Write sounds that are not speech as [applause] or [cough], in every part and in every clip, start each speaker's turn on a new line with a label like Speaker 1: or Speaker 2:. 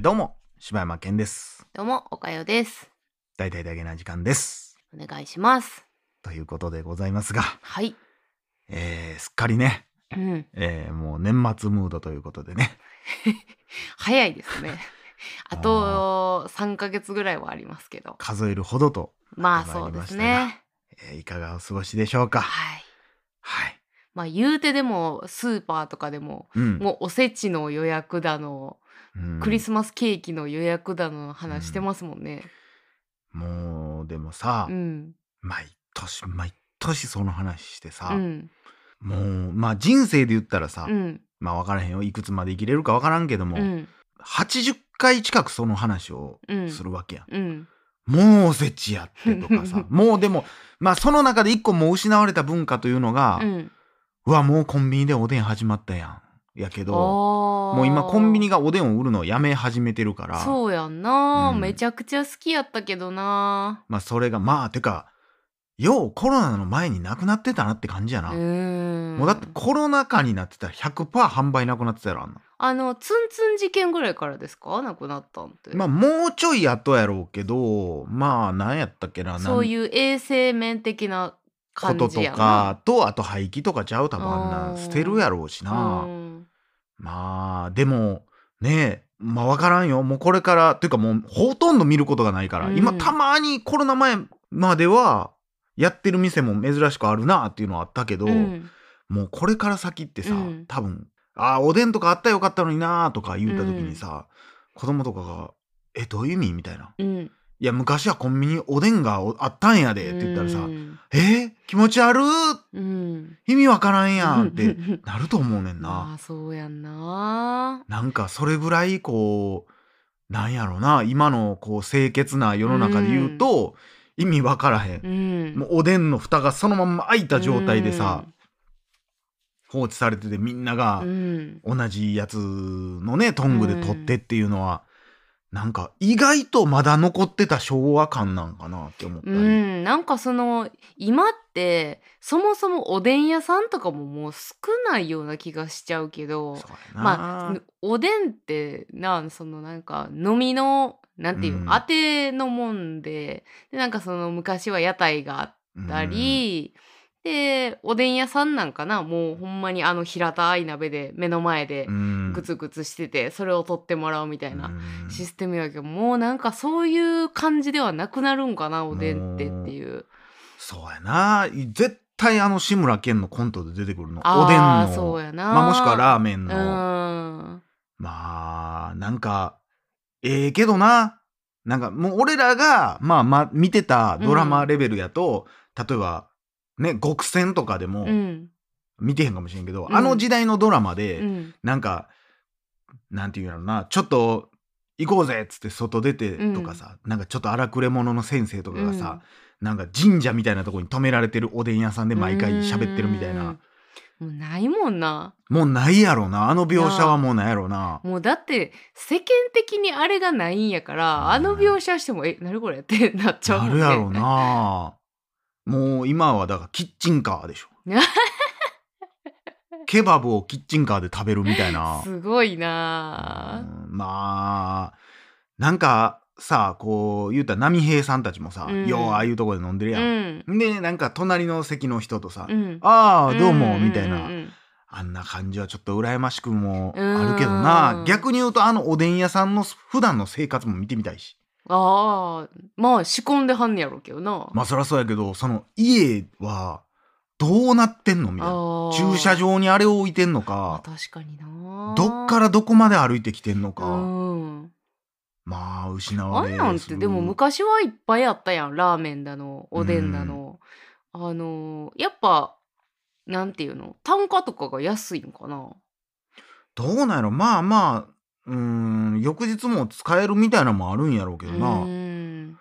Speaker 1: どうも、柴山健です。
Speaker 2: どうも、おかよです。
Speaker 1: 大体だけな時間です。
Speaker 2: お願いします。
Speaker 1: ということでございますが、
Speaker 2: はい。
Speaker 1: えー、すっかりね、
Speaker 2: うん。
Speaker 1: えー、もう年末ムードということでね。
Speaker 2: 早いで
Speaker 1: [laughs]
Speaker 2: すね。あと3ヶ月ぐらいはありますけど。
Speaker 1: 数えるほどと、
Speaker 2: まあそうですね。
Speaker 1: えーいかがお過ごしでしょうか。
Speaker 2: はい。
Speaker 1: はい。
Speaker 2: まあ言うてでも、スーパーとかでも、
Speaker 1: うん。
Speaker 2: もうおせちの予約だの、
Speaker 1: うん
Speaker 2: クリスマスケーキの予約だの話してますもんね。
Speaker 1: もう、でもさ、
Speaker 2: うん。
Speaker 1: 毎年毎年その話して
Speaker 2: う
Speaker 1: さ、
Speaker 2: ん。
Speaker 1: もう、まあ人生で言ったらさ、
Speaker 2: うん。
Speaker 1: まあ分からへんよ。いくつまで生きれるか分からんけども、
Speaker 2: うん。
Speaker 1: 80回近くその話を
Speaker 2: うん。
Speaker 1: するわけやん。
Speaker 2: うん。
Speaker 1: もうおせちやってとか
Speaker 2: [laughs]
Speaker 1: さもうでもまあその中で一個もう失われた文化というのが、
Speaker 2: う。
Speaker 1: うんわもうコンビニでおでん始まったやんやけど
Speaker 2: も
Speaker 1: もう今コンビニがおでんを売るのをやめ始めてるから
Speaker 2: そうやんな、
Speaker 1: うん
Speaker 2: めちゃくちゃ好きやったけどな
Speaker 1: まあそれがまあてかようコロナの前になくなってたなって感じや
Speaker 2: う
Speaker 1: な、
Speaker 2: ーん
Speaker 1: もうだってコロナ禍になってたら100%販売なくなってたらあんな
Speaker 2: あのツンツン事件ぐらいからですかなくなったんって、
Speaker 1: まあもうちょい後やろうけどまあ何やったっけななん
Speaker 2: そういう衛生面的な
Speaker 1: こ
Speaker 2: 感
Speaker 1: と
Speaker 2: じ
Speaker 1: と
Speaker 2: やな
Speaker 1: かとあと廃棄とかちゃう多分あん
Speaker 2: う
Speaker 1: なん
Speaker 2: ん
Speaker 1: 捨てるやろうしな、
Speaker 2: うん
Speaker 1: まあでもねえまあ分からんよもうこれからというかもうほとんど見ることがないから、
Speaker 2: うん
Speaker 1: 今たまにコロナ前まではやってる店も珍しくあるなっていうのはあったけど、
Speaker 2: うん
Speaker 1: もうこれから先ってさ、
Speaker 2: うん
Speaker 1: 多分「あーおでんとかあったらよかったのにな」とか言った時にさ、子供とかが「えどういう意味?」みたいな「
Speaker 2: うん、
Speaker 1: いや昔はコンビニおでんがおあったんやで」って言ったらさ「
Speaker 2: うん
Speaker 1: えー気持ち悪ー
Speaker 2: うん、
Speaker 1: 意味わからんやん」って
Speaker 2: [laughs] な
Speaker 1: なると思うねんな。
Speaker 2: まあそうやんな
Speaker 1: なんかそれぐらいこうなんやろな今のこう清潔な世の中で言うと、意味わからへん
Speaker 2: う、ん
Speaker 1: もうおでんの蓋がそのまんま開いた状態でさ、放置されててみんなが
Speaker 2: うん
Speaker 1: 同じやつのねトングで取ってっていうのは、なんか意外とまだ残ってた昭和感なんかなって思った
Speaker 2: う
Speaker 1: り、
Speaker 2: ん、なんかその今ってそもそもおでん屋さんとかももう少ないような気がしちゃうけど
Speaker 1: そうやな、
Speaker 2: まあおでんってなそのなんか飲みのなんていう、
Speaker 1: うん
Speaker 2: 当てのもんででなんかその昔は屋台があったり、でおでん屋さんなんかなもうほんまにあの平たい鍋で目の前で
Speaker 1: うん、
Speaker 2: グツグツしてて、それを取ってもらうみたいな
Speaker 1: うん
Speaker 2: システムやけど、もうなんかそういう感じではなくなるんかなおでんってっていう。
Speaker 1: そうやな絶対あの志村けんのコントで出てくるのおでん
Speaker 2: あー
Speaker 1: の
Speaker 2: そうやな、
Speaker 1: まあ、もしくはラーメンの、
Speaker 2: うん
Speaker 1: まあなんかええけどななんかもう俺らが、まあ、ま見てたドラマレベルやと、例えばね極戦とかでも
Speaker 2: うん
Speaker 1: 見てへんかもしれんけど、
Speaker 2: うん
Speaker 1: あの時代のドラマで、
Speaker 2: うん
Speaker 1: なんかなんていうんやろなちょっと行こうぜっつって外出てとかさ、なんかちょっと荒くれ者の先生とかがさ、なんか神社みたいなとこに止められてるおでん屋さんで毎回喋ってるみたいな、
Speaker 2: うんもうないもんな
Speaker 1: もうないやろなあの描写はもうないやろな。
Speaker 2: もうだって世間的にあれがないんやから、
Speaker 1: うん
Speaker 2: あの描写しても「えなにこれ?」ってなっちゃう
Speaker 1: なん
Speaker 2: も、ね、
Speaker 1: るやろうなもう今はだからキッチンカーでし
Speaker 2: [laughs]
Speaker 1: ょケバブをキッチンカーで食べるみたいな
Speaker 2: すごいな
Speaker 1: うんまあなんかさこう言うたら波平さんたちもさ、
Speaker 2: うん
Speaker 1: ようああいうとこで飲んでる
Speaker 2: う
Speaker 1: やん、
Speaker 2: ん
Speaker 1: でなんか隣の席の人とさ「
Speaker 2: うん
Speaker 1: ああどうも」みたいな、
Speaker 2: うんうん
Speaker 1: あんな感じはちょっと羨ましくもあるけどな
Speaker 2: うん
Speaker 1: 逆に言うとあのおでん屋さんの普段の生活も見てみたいし
Speaker 2: ああまあ仕込んではんねやろうけどな、
Speaker 1: まあそりゃそうやけどその家はどうなってんのみたいな
Speaker 2: あー
Speaker 1: 駐車場にあれを置いてんの
Speaker 2: まあ
Speaker 1: か
Speaker 2: 確かにな
Speaker 1: どっからどこまで歩いてきてんのか、
Speaker 2: うん
Speaker 1: まあ失わ
Speaker 2: あ
Speaker 1: れ
Speaker 2: んなんっ
Speaker 1: す
Speaker 2: て
Speaker 1: る
Speaker 2: でも昔はいっぱいあったやんラーメンだのおでんだの、あのーやっぱなんていうの単価とかが安いんかな
Speaker 1: どうなんやろまあまあうーん翌日も使えるみたいなのもあるんやろうけどな、
Speaker 2: うん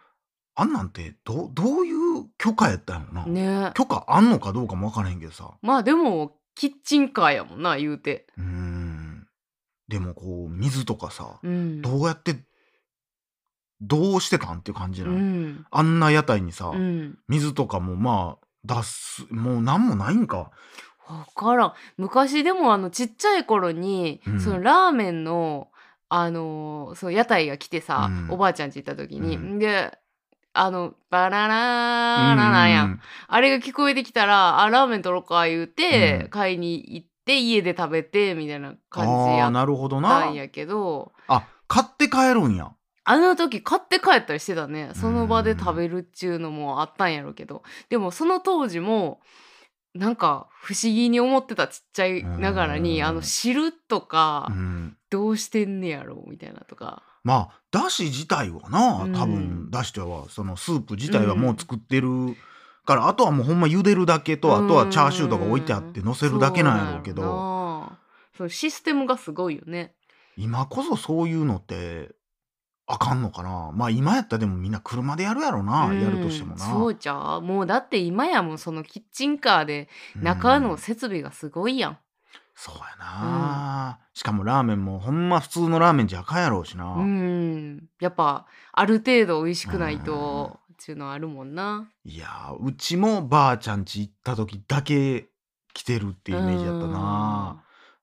Speaker 1: あんなんてどどういう許可やったんやろな、
Speaker 2: ね
Speaker 1: 許可あんのかどうかも分からへんけどさ
Speaker 2: まあでもキッチンカーやもんな言うて、
Speaker 1: うーんでもこう水とかさ、
Speaker 2: うん、
Speaker 1: どうやってどうしてたんっていう感じ
Speaker 2: う
Speaker 1: なの、
Speaker 2: ん
Speaker 1: あんな屋台にさ、
Speaker 2: うん
Speaker 1: 水とかもまあ出すもう何もないんか
Speaker 2: 分からん昔でもあのちっちゃい頃に、
Speaker 1: うん
Speaker 2: そのラーメンのあのーそう屋台が来てさ、
Speaker 1: うん
Speaker 2: おばあちゃんち行った時に、
Speaker 1: うん
Speaker 2: であのバララーラなんやん、あれが聞こえてきたらあラーメン取ろうか言うて、
Speaker 1: うん
Speaker 2: 買いに行って家で食べてみたいな感
Speaker 1: あ
Speaker 2: じ
Speaker 1: あ
Speaker 2: や
Speaker 1: ー
Speaker 2: っ
Speaker 1: なるほど
Speaker 2: た
Speaker 1: なん
Speaker 2: やけど
Speaker 1: あ買って帰るんや
Speaker 2: あの時買って帰ったりしてたねその場で食べるっちゅうのもあったんやろうけどでもその当時もなんか不思議に思ってたちっちゃいながらに、
Speaker 1: うん
Speaker 2: あの汁とか、
Speaker 1: うん
Speaker 2: どうしてんねやろみたいなとか
Speaker 1: まあだし自体はな多
Speaker 2: うん
Speaker 1: 分だしとはそのスープ自体はもう作ってるからあとはもうほんま茹でるだけとあとはチャーシューとか置いてあって乗せるだけなんやろうけ
Speaker 2: そうなんや
Speaker 1: ど
Speaker 2: ろなそのシステムがすごいよね
Speaker 1: 今こそそういうのってあかんのかなまあ今やったらでもみんな車でやるやろな
Speaker 2: うん
Speaker 1: やるとしてもな
Speaker 2: そうじゃあもうだって今やもうそのキッチンカーで
Speaker 1: うん
Speaker 2: 中の設備がすごいやん
Speaker 1: そうやなしかもラーメンもほんま普通のラーメンじゃあかんやろうしな
Speaker 2: うん、やっぱある程度美味しくないとっていうのはあるもんない
Speaker 1: やーうちもばあちゃん家行った時だけ来てるっていうイメージやったな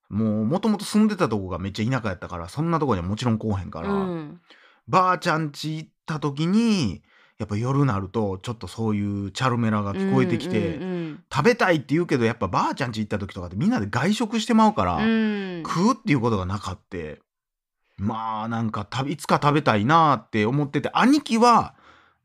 Speaker 1: もうもともと住んでたとこがめっちゃ田舎やったからそんなとこにはもちろん来おへんか
Speaker 2: う
Speaker 1: ら、
Speaker 2: ん
Speaker 1: ばあちゃん家行った時にやっぱ夜なるとちょっとそういうチャルメラが聞こえてきて、
Speaker 2: うんうん
Speaker 1: 食べたいって言うけどやっぱばあちゃん家行った時とかってみんなで外食してまうから、
Speaker 2: うんうん
Speaker 1: 食うっていうことがなかってまあなんかたいつか食べたいなーって思ってて兄貴は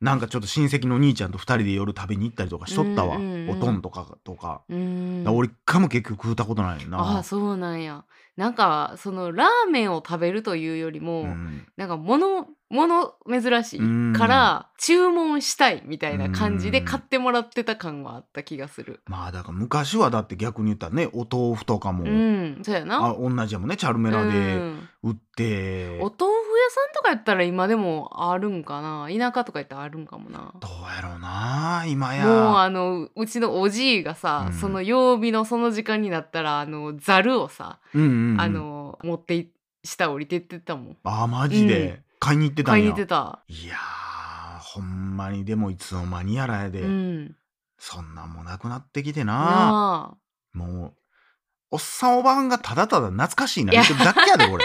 Speaker 1: なんかちょっと親戚の兄ちゃんと2人で夜食べに行ったりとかしとったわ、
Speaker 2: うんうんうん
Speaker 1: おとんとかとか,、
Speaker 2: うん
Speaker 1: 俺一回も結局食うたことないよ
Speaker 2: あ
Speaker 1: な
Speaker 2: あそうなんやなんかそのラーメンを食べるというよりも、
Speaker 1: うん
Speaker 2: なんか物物珍し
Speaker 1: うん
Speaker 2: いから注文したいみたいな感じで
Speaker 1: うん
Speaker 2: 買ってもらってた感はあった気がする。
Speaker 1: まあだから昔はだって逆に言ったらねお豆腐とかも、
Speaker 2: うん、そうやな。
Speaker 1: あ同じやもんねチャルメ
Speaker 2: う
Speaker 1: ラで
Speaker 2: ん、
Speaker 1: 売って、
Speaker 2: お豆腐屋さんとかやったら今でもあるんかな田舎とかやったらあるんかもな。
Speaker 1: どうやろうな今や
Speaker 2: もうあのうちのおじいがさ、
Speaker 1: うん
Speaker 2: その曜日のその時間になったらあのざるをさ、
Speaker 1: うんうんうん
Speaker 2: あの持ってい下降りてってったもん
Speaker 1: あマジで、
Speaker 2: うん
Speaker 1: 買いに行ってたん
Speaker 2: 買
Speaker 1: や
Speaker 2: いに行ってた、
Speaker 1: いやーほんまにでもいつの間にやらやで、
Speaker 2: うん
Speaker 1: そんなんもなくなってきてな
Speaker 2: なあ
Speaker 1: もうおっさんおばはんがただただ懐かしいない
Speaker 2: や
Speaker 1: 言ってるだけやで
Speaker 2: [laughs]
Speaker 1: 俺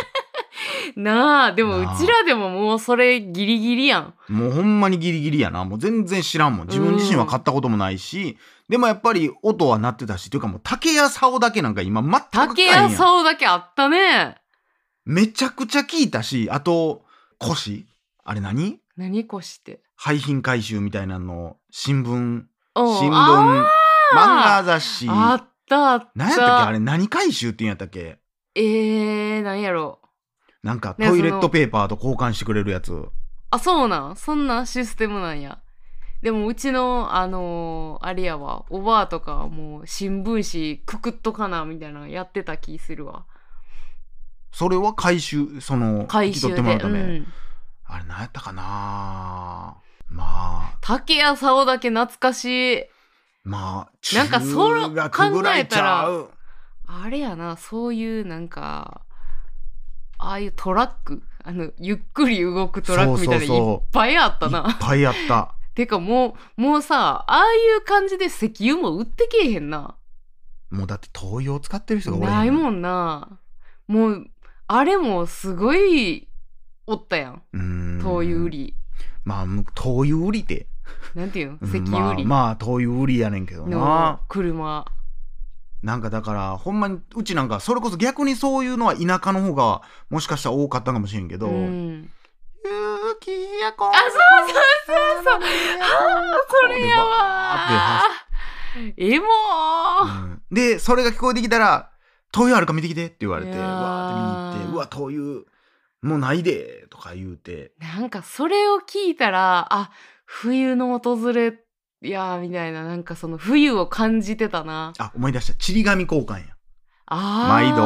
Speaker 2: なあでもう
Speaker 1: なあ
Speaker 2: ちらでももうそれギリギリやん
Speaker 1: もうほんまにギリギリやなもう全然知らんもん自分自身は買ったこともないし、でもやっぱり音は鳴ってたしというかもう竹や竿だけなんか今全く買
Speaker 2: 竹
Speaker 1: えんや
Speaker 2: や
Speaker 1: ん
Speaker 2: 竿だけあったね
Speaker 1: めちゃくちゃ聞いたしあと腰あれ何
Speaker 2: 何こして
Speaker 1: 廃品回収みたいなの新聞
Speaker 2: うん
Speaker 1: 新聞
Speaker 2: あ
Speaker 1: 漫画雑誌
Speaker 2: ーあったあった
Speaker 1: 何やったっけあれ何回収って言うんやったっけ
Speaker 2: えー、何やろ
Speaker 1: なんか
Speaker 2: ね
Speaker 1: トイレットペーパーと交換してくれるやつ。
Speaker 2: あそうなんそんなシステムなんやでもうちのあのーあれやわおばあとかはもう新聞紙くくっとかなみたいなのやってた気するわ
Speaker 1: それは回収、その、
Speaker 2: 回
Speaker 1: 引き取
Speaker 2: 収
Speaker 1: って
Speaker 2: で
Speaker 1: もらうた
Speaker 2: う
Speaker 1: め。
Speaker 2: ん、
Speaker 1: あれ何やったかなまあ、
Speaker 2: 竹や竿だけ懐かしい
Speaker 1: まあ、
Speaker 2: なんかそら
Speaker 1: 中学ぐらいちゃう。
Speaker 2: あれやな、そういうなんか、ああいうトラック、あの、ゆっくり動くトラックみたいな
Speaker 1: そうそうそう
Speaker 2: いっぱいあった
Speaker 1: いっ
Speaker 2: な。
Speaker 1: ぱいあった。
Speaker 2: てかもう、もうさ、ああいう感じで石油も売ってけえへんな。
Speaker 1: もうだって灯油を使ってる人がおれへ
Speaker 2: ないも
Speaker 1: ん。
Speaker 2: んな。もう、あれもすごい、おったやん。
Speaker 1: うん
Speaker 2: 灯油売。り。
Speaker 1: まあ、む灯油売りって。
Speaker 2: なんていうの
Speaker 1: うん
Speaker 2: 石油売り
Speaker 1: まあ、まあ、灯油売りやねんけど
Speaker 2: の
Speaker 1: な。
Speaker 2: 車。
Speaker 1: なんかだから、ほんまに、うちなんか、それこそ逆にそういうのは田舎の方が、もしかしたら多かったかもしれんけど、
Speaker 2: うん。
Speaker 1: ゆきやこ
Speaker 2: あ、そうそうそうそう。あーそれやわー。エモー。
Speaker 1: うんでそれが聞こえてきたら「灯油あるか見てきて」って言われて
Speaker 2: いやー
Speaker 1: わーって見に行って「うわ灯油もうないで」とか言うて
Speaker 2: なんかそれを聞いたらあ冬の訪れやーみたいななんかその冬を感じてたな
Speaker 1: あ思い出したちり紙交換や
Speaker 2: あー
Speaker 1: 毎度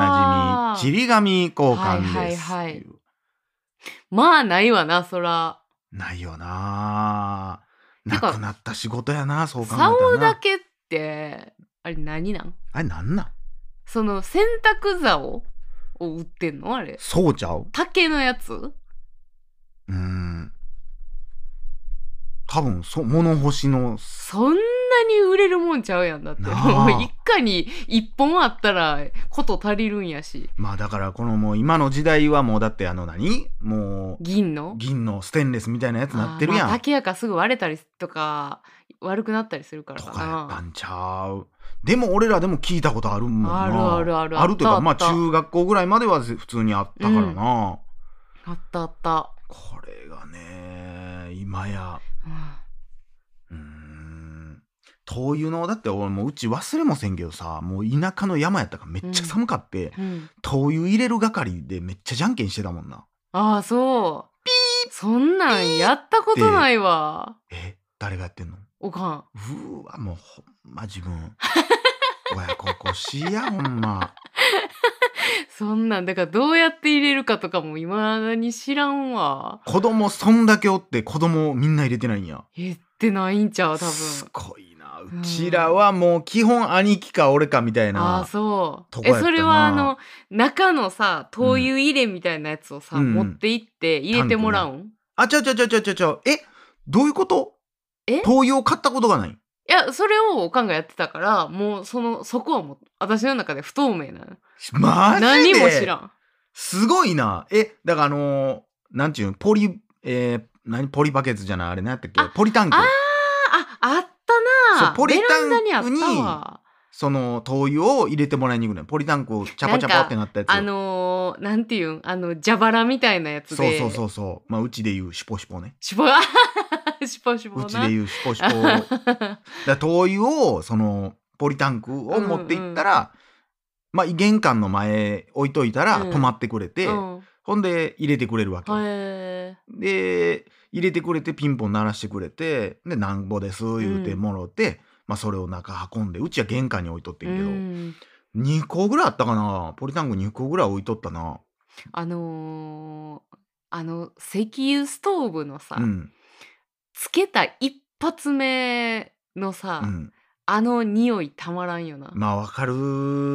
Speaker 1: おなじみちり紙交換です、
Speaker 2: はいはいはい
Speaker 1: っていう
Speaker 2: まあないわなそら
Speaker 1: ないよなー
Speaker 2: て
Speaker 1: な
Speaker 2: か
Speaker 1: くなった仕事やなそう考えた
Speaker 2: 竿
Speaker 1: ら
Speaker 2: だ
Speaker 1: な
Speaker 2: けってあれ何なん
Speaker 1: あれなんなん
Speaker 2: その洗濯竿を売ってんのあれ
Speaker 1: そうちゃう
Speaker 2: 竹のやつ
Speaker 1: うん多分そ物干しの
Speaker 2: そんなに売れるもんちゃうやんだって
Speaker 1: なあ
Speaker 2: もう一家に一本あったらこと足りるんやし
Speaker 1: まあだからこのもう今の時代はもうだってあの何も
Speaker 2: 銀
Speaker 1: う
Speaker 2: の
Speaker 1: 銀のステンレスみたいなやつなってるや
Speaker 2: あー
Speaker 1: ん
Speaker 2: まあ、竹やからすぐ割れたりとか悪くなったりするから
Speaker 1: と
Speaker 2: か
Speaker 1: かやった
Speaker 2: なん
Speaker 1: ちゃうでも俺らでも聞いたことあるもんな
Speaker 2: あるあるある
Speaker 1: あるという
Speaker 2: あ
Speaker 1: か
Speaker 2: った
Speaker 1: まあ
Speaker 2: あった
Speaker 1: 中学校ぐらいまでは普通にあったからな、
Speaker 2: あったあった、
Speaker 1: これがね今や
Speaker 2: うん
Speaker 1: うーん灯油のだって俺もううち忘れもせんけどさもう田舎の山やったからめっちゃ寒かって、
Speaker 2: うん
Speaker 1: 灯油入れる係でめっちゃじゃんけんしてたもんな
Speaker 2: ああそうそんなんやったことないわ
Speaker 1: え誰がやってんの
Speaker 2: おかん
Speaker 1: うーわもうほんま自分親孝行しいやほんま
Speaker 2: そんなんだからどうやって入れるかとかもいまだに知らんわ
Speaker 1: 子供そんだけおって子供みんな入れてないんや
Speaker 2: えってないんちゃう多分
Speaker 1: すごいなうちらはもう基本兄貴か俺かみたい
Speaker 2: ああ
Speaker 1: な
Speaker 2: そう
Speaker 1: とこ
Speaker 2: え
Speaker 1: やったな
Speaker 2: それはあの中のさ灯油入れみたいなやつをさ、
Speaker 1: うん
Speaker 2: 持って行って入れてもらうん
Speaker 1: あちゃうちゃうちゃうちゃうちゃうちゃうえどういうこと
Speaker 2: え
Speaker 1: 灯油を買ったことがない
Speaker 2: いやそれをおかんがやってたからもうそのそこはもう私の中で不透明なの
Speaker 1: マジで
Speaker 2: 何も知らん
Speaker 1: すごいなえだからあのーなんちゅうんポリえー何ポリバケツじゃないあれ何やったっけ
Speaker 2: あ
Speaker 1: ポリタンク
Speaker 2: あああったな
Speaker 1: そうポリタンクに
Speaker 2: ベランダにあったわ
Speaker 1: その灯油を入れてもらいに行くのよポリタンクをチャパチャパってなったやつ
Speaker 2: あのー、なんていうんあの蛇腹みたいなやつ
Speaker 1: そう
Speaker 2: で
Speaker 1: そうそううそうまあうちで言うシュポシュポね
Speaker 2: しぼあははしぼしぼ
Speaker 1: う
Speaker 2: な
Speaker 1: ちで言うシュポシュ
Speaker 2: [laughs]
Speaker 1: ポだから灯油をそのポリタンクを持っていったら、まあ玄関の前置いといたら
Speaker 2: うん
Speaker 1: 止まってくれて、
Speaker 2: うん、
Speaker 1: ほんで入れてくれるわけ、
Speaker 2: へ
Speaker 1: で入れてくれてピンポン鳴らしてくれてでなんぼです言うて
Speaker 2: うん
Speaker 1: もろて、まあそれを中運んでうちは玄関に置いとって
Speaker 2: え、
Speaker 1: ん
Speaker 2: う
Speaker 1: けど、
Speaker 2: ん、
Speaker 1: 2個ぐらいあったかなポリタンク2個ぐらい置いとったな
Speaker 2: あのー、あの石油ストーブのさ、
Speaker 1: うん
Speaker 2: つけた一発目のさ、
Speaker 1: うん
Speaker 2: あの匂いたまらんよな、
Speaker 1: まあわかる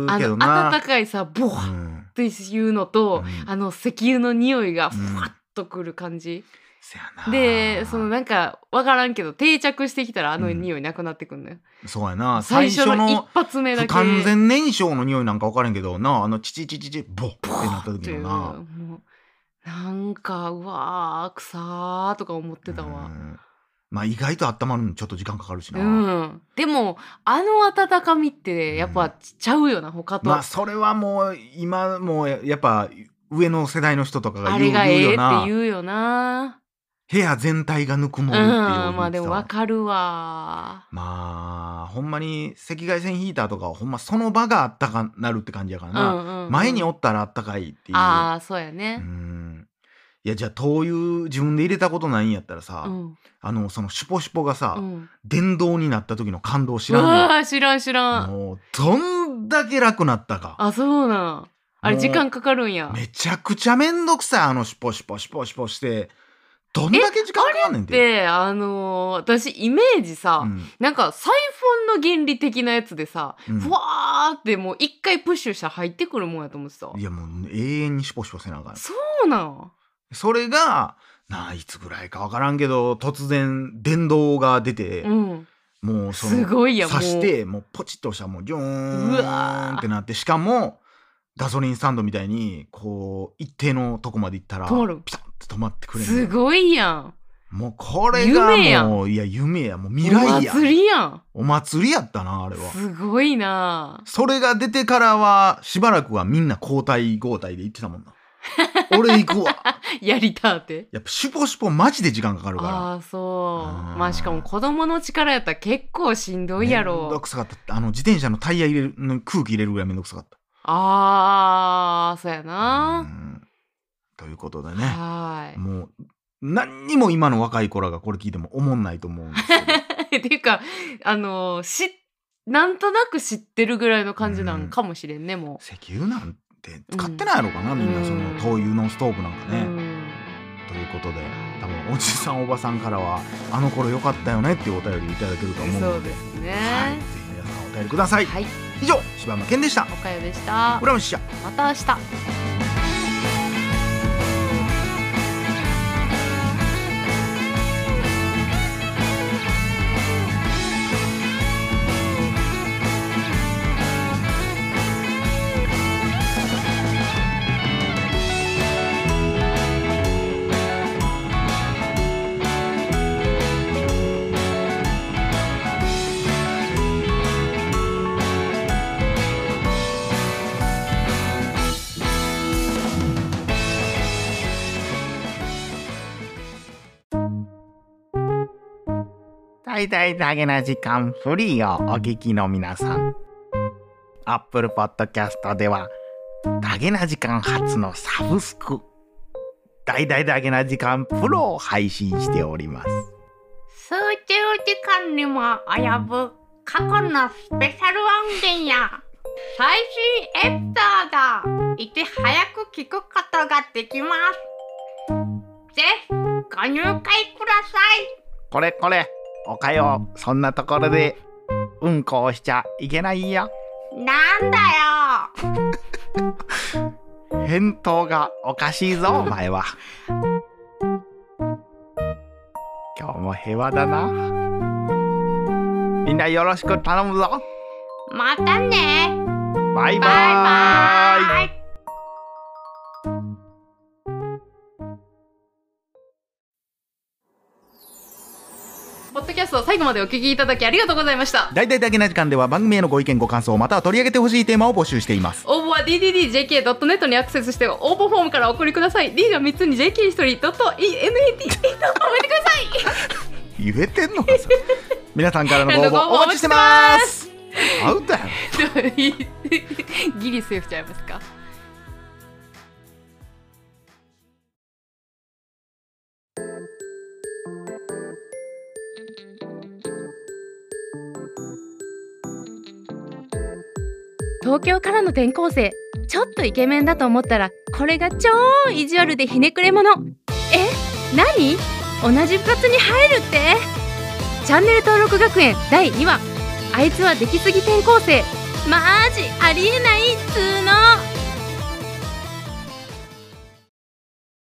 Speaker 2: あ
Speaker 1: け
Speaker 2: の
Speaker 1: どな
Speaker 2: 暖かいさボワ
Speaker 1: う
Speaker 2: ッ
Speaker 1: ん
Speaker 2: ていうのと、
Speaker 1: うん
Speaker 2: あの石油の匂いが
Speaker 1: うん
Speaker 2: ふわっとくる感じ、
Speaker 1: せやな
Speaker 2: でそのなんかわからんけど定着してきたらあの匂いなくなってくんのよ、
Speaker 1: そうやな
Speaker 2: 最初の
Speaker 1: 最
Speaker 2: 一発目だ
Speaker 1: 不
Speaker 2: け
Speaker 1: 完全燃焼の匂いなんか分からんけどなあのチチチチチボッってなった
Speaker 2: って
Speaker 1: 時
Speaker 2: い
Speaker 1: の
Speaker 2: う
Speaker 1: な
Speaker 2: もうなんかうわーくさーとか思ってたわ
Speaker 1: う、んまあ意外と温まるのちょっと時間かかるし
Speaker 2: う
Speaker 1: な、
Speaker 2: んでもあの温かみってやっ
Speaker 1: う
Speaker 2: ぱ
Speaker 1: ん
Speaker 2: ちゃうよな、他と、
Speaker 1: まあそれはもう今もうやっぱ上の世代の人とかが
Speaker 2: あ
Speaker 1: 言
Speaker 2: れ
Speaker 1: う
Speaker 2: がええ
Speaker 1: 言う
Speaker 2: って
Speaker 1: よな
Speaker 2: 言うよな
Speaker 1: 部屋全体がぬくも
Speaker 2: う
Speaker 1: るっていう、
Speaker 2: んまあでもわかるわ
Speaker 1: まあほんまに赤外線ヒーターとかはほんまその場があったかなるって感じやからな、
Speaker 2: うんうん、
Speaker 1: 前にお
Speaker 2: お
Speaker 1: ったらあったかいっていう
Speaker 2: ああそうや
Speaker 1: う
Speaker 2: ね、
Speaker 1: んいやじゃあ灯油自分で入れたことないんやったらさ、
Speaker 2: うん
Speaker 1: あのそのシュポシュポがさ、
Speaker 2: うん、
Speaker 1: 電動になった時の感動知
Speaker 2: うわ
Speaker 1: らん
Speaker 2: ー知らん知
Speaker 1: の
Speaker 2: らん
Speaker 1: もうどんだけ楽なったか
Speaker 2: あそうなんあれ
Speaker 1: もう
Speaker 2: 時間かかるんや
Speaker 1: めちゃくちゃめんどくさいあのシュポシュポシュポシュポしてどんだけ時間かかんねんて
Speaker 2: であのー私イメージさ、
Speaker 1: うん
Speaker 2: なんかサイフォンの原理的なやつでさ、
Speaker 1: うん
Speaker 2: ふわーってもう一回プッシュしたら入ってくるもんやと思ってた
Speaker 1: いやもう永遠にシュポシュポせなあかん
Speaker 2: そうなん
Speaker 1: それがないつぐらいかわからんけど突然電動が出て、
Speaker 2: うん
Speaker 1: もうその
Speaker 2: すごいやもう
Speaker 1: 刺してもうポチッと押したらもうジョ
Speaker 2: う
Speaker 1: ー
Speaker 2: わ
Speaker 1: ン
Speaker 2: ー
Speaker 1: ってなってしかもガソリンスタンドみたいにこう一定のとこまで行ったら
Speaker 2: 止まる
Speaker 1: ピタッと止まってくれんの
Speaker 2: すごいやん
Speaker 1: もうこれが
Speaker 2: 夢やん
Speaker 1: もういや夢やもう未来や
Speaker 2: お祭りやん
Speaker 1: お祭りやったなあれは
Speaker 2: すごいな
Speaker 1: それが出てからはしばらくはみんな交代交代で行ってたも
Speaker 2: [laughs]
Speaker 1: んな俺行くわ
Speaker 2: やりたーって
Speaker 1: やっぱシュポシュポマジで時間かかるから
Speaker 2: ああそう
Speaker 1: うん
Speaker 2: まあしかも子供の力やったら結構しんどいや
Speaker 1: めんど
Speaker 2: ろ
Speaker 1: くさかったあの自転車のタイヤ入れるの空気入れるぐらいめんどくさかった
Speaker 2: ああそうや
Speaker 1: う
Speaker 2: な、
Speaker 1: んということでね
Speaker 2: は
Speaker 1: もう何にも今の若い子らがこれ聞いても思んないと思うんですけど
Speaker 2: [laughs] ーいっていうかあのーしなんとなく知ってるぐらいの感じなんかもしれんね、も
Speaker 1: 石油なんて使ってないやろうかな、みんなその灯油のストーブなんか
Speaker 2: う、
Speaker 1: ね、
Speaker 2: うん
Speaker 1: ということで多分おじさんおばさんからはあの頃良かったよねっていうお便りいただけると思う
Speaker 2: そ
Speaker 1: の
Speaker 2: う
Speaker 1: で
Speaker 2: ですね
Speaker 1: はい、ぜひ皆さんお便りください、
Speaker 2: はい、
Speaker 1: 以上柴山健でした
Speaker 2: おかよでした
Speaker 1: 浦虫社
Speaker 2: また明日
Speaker 1: 最大だけな時間フリーをお聞きの皆さん Apple Podcast ではだけな時間初のサブスク大々だけな時間プロを配信しております
Speaker 3: 数十時間にも及ぶ過去のスペシャル音源や最新エピソードをいち早く聞くことができますぜひご入会ください
Speaker 1: これこれおかよそんなところでうんこをしちゃいけないよ
Speaker 3: なんだよ
Speaker 1: 返答がおかしいぞお前は今日も平和だなみんなよろしく頼むぞ
Speaker 3: またね
Speaker 1: バイ
Speaker 3: バイ
Speaker 1: バイ
Speaker 3: バイ
Speaker 2: ポッドキャストを最後までお聞きいただきありがとうございました
Speaker 1: 大々だけな時間では番組へのご意見ご感想または取り上げてほしいテーマを募集しています
Speaker 2: 応募は DDDJK.net にアクセスして応募フォームからお送りください D が3つに JK1 人 .net と覚えてください
Speaker 1: 言えてんのかさ皆さんからのご応募お待ちしてまーすアウトやろ
Speaker 2: ギリセーフちゃいますか
Speaker 4: 東京からの転校生ちょっとイケメンだと思ったらこれが超意地悪でひねくれ者え何同じ部活に入るってチャンネル登録学園第2話あいつはできすぎ転校生マジありえないっつーの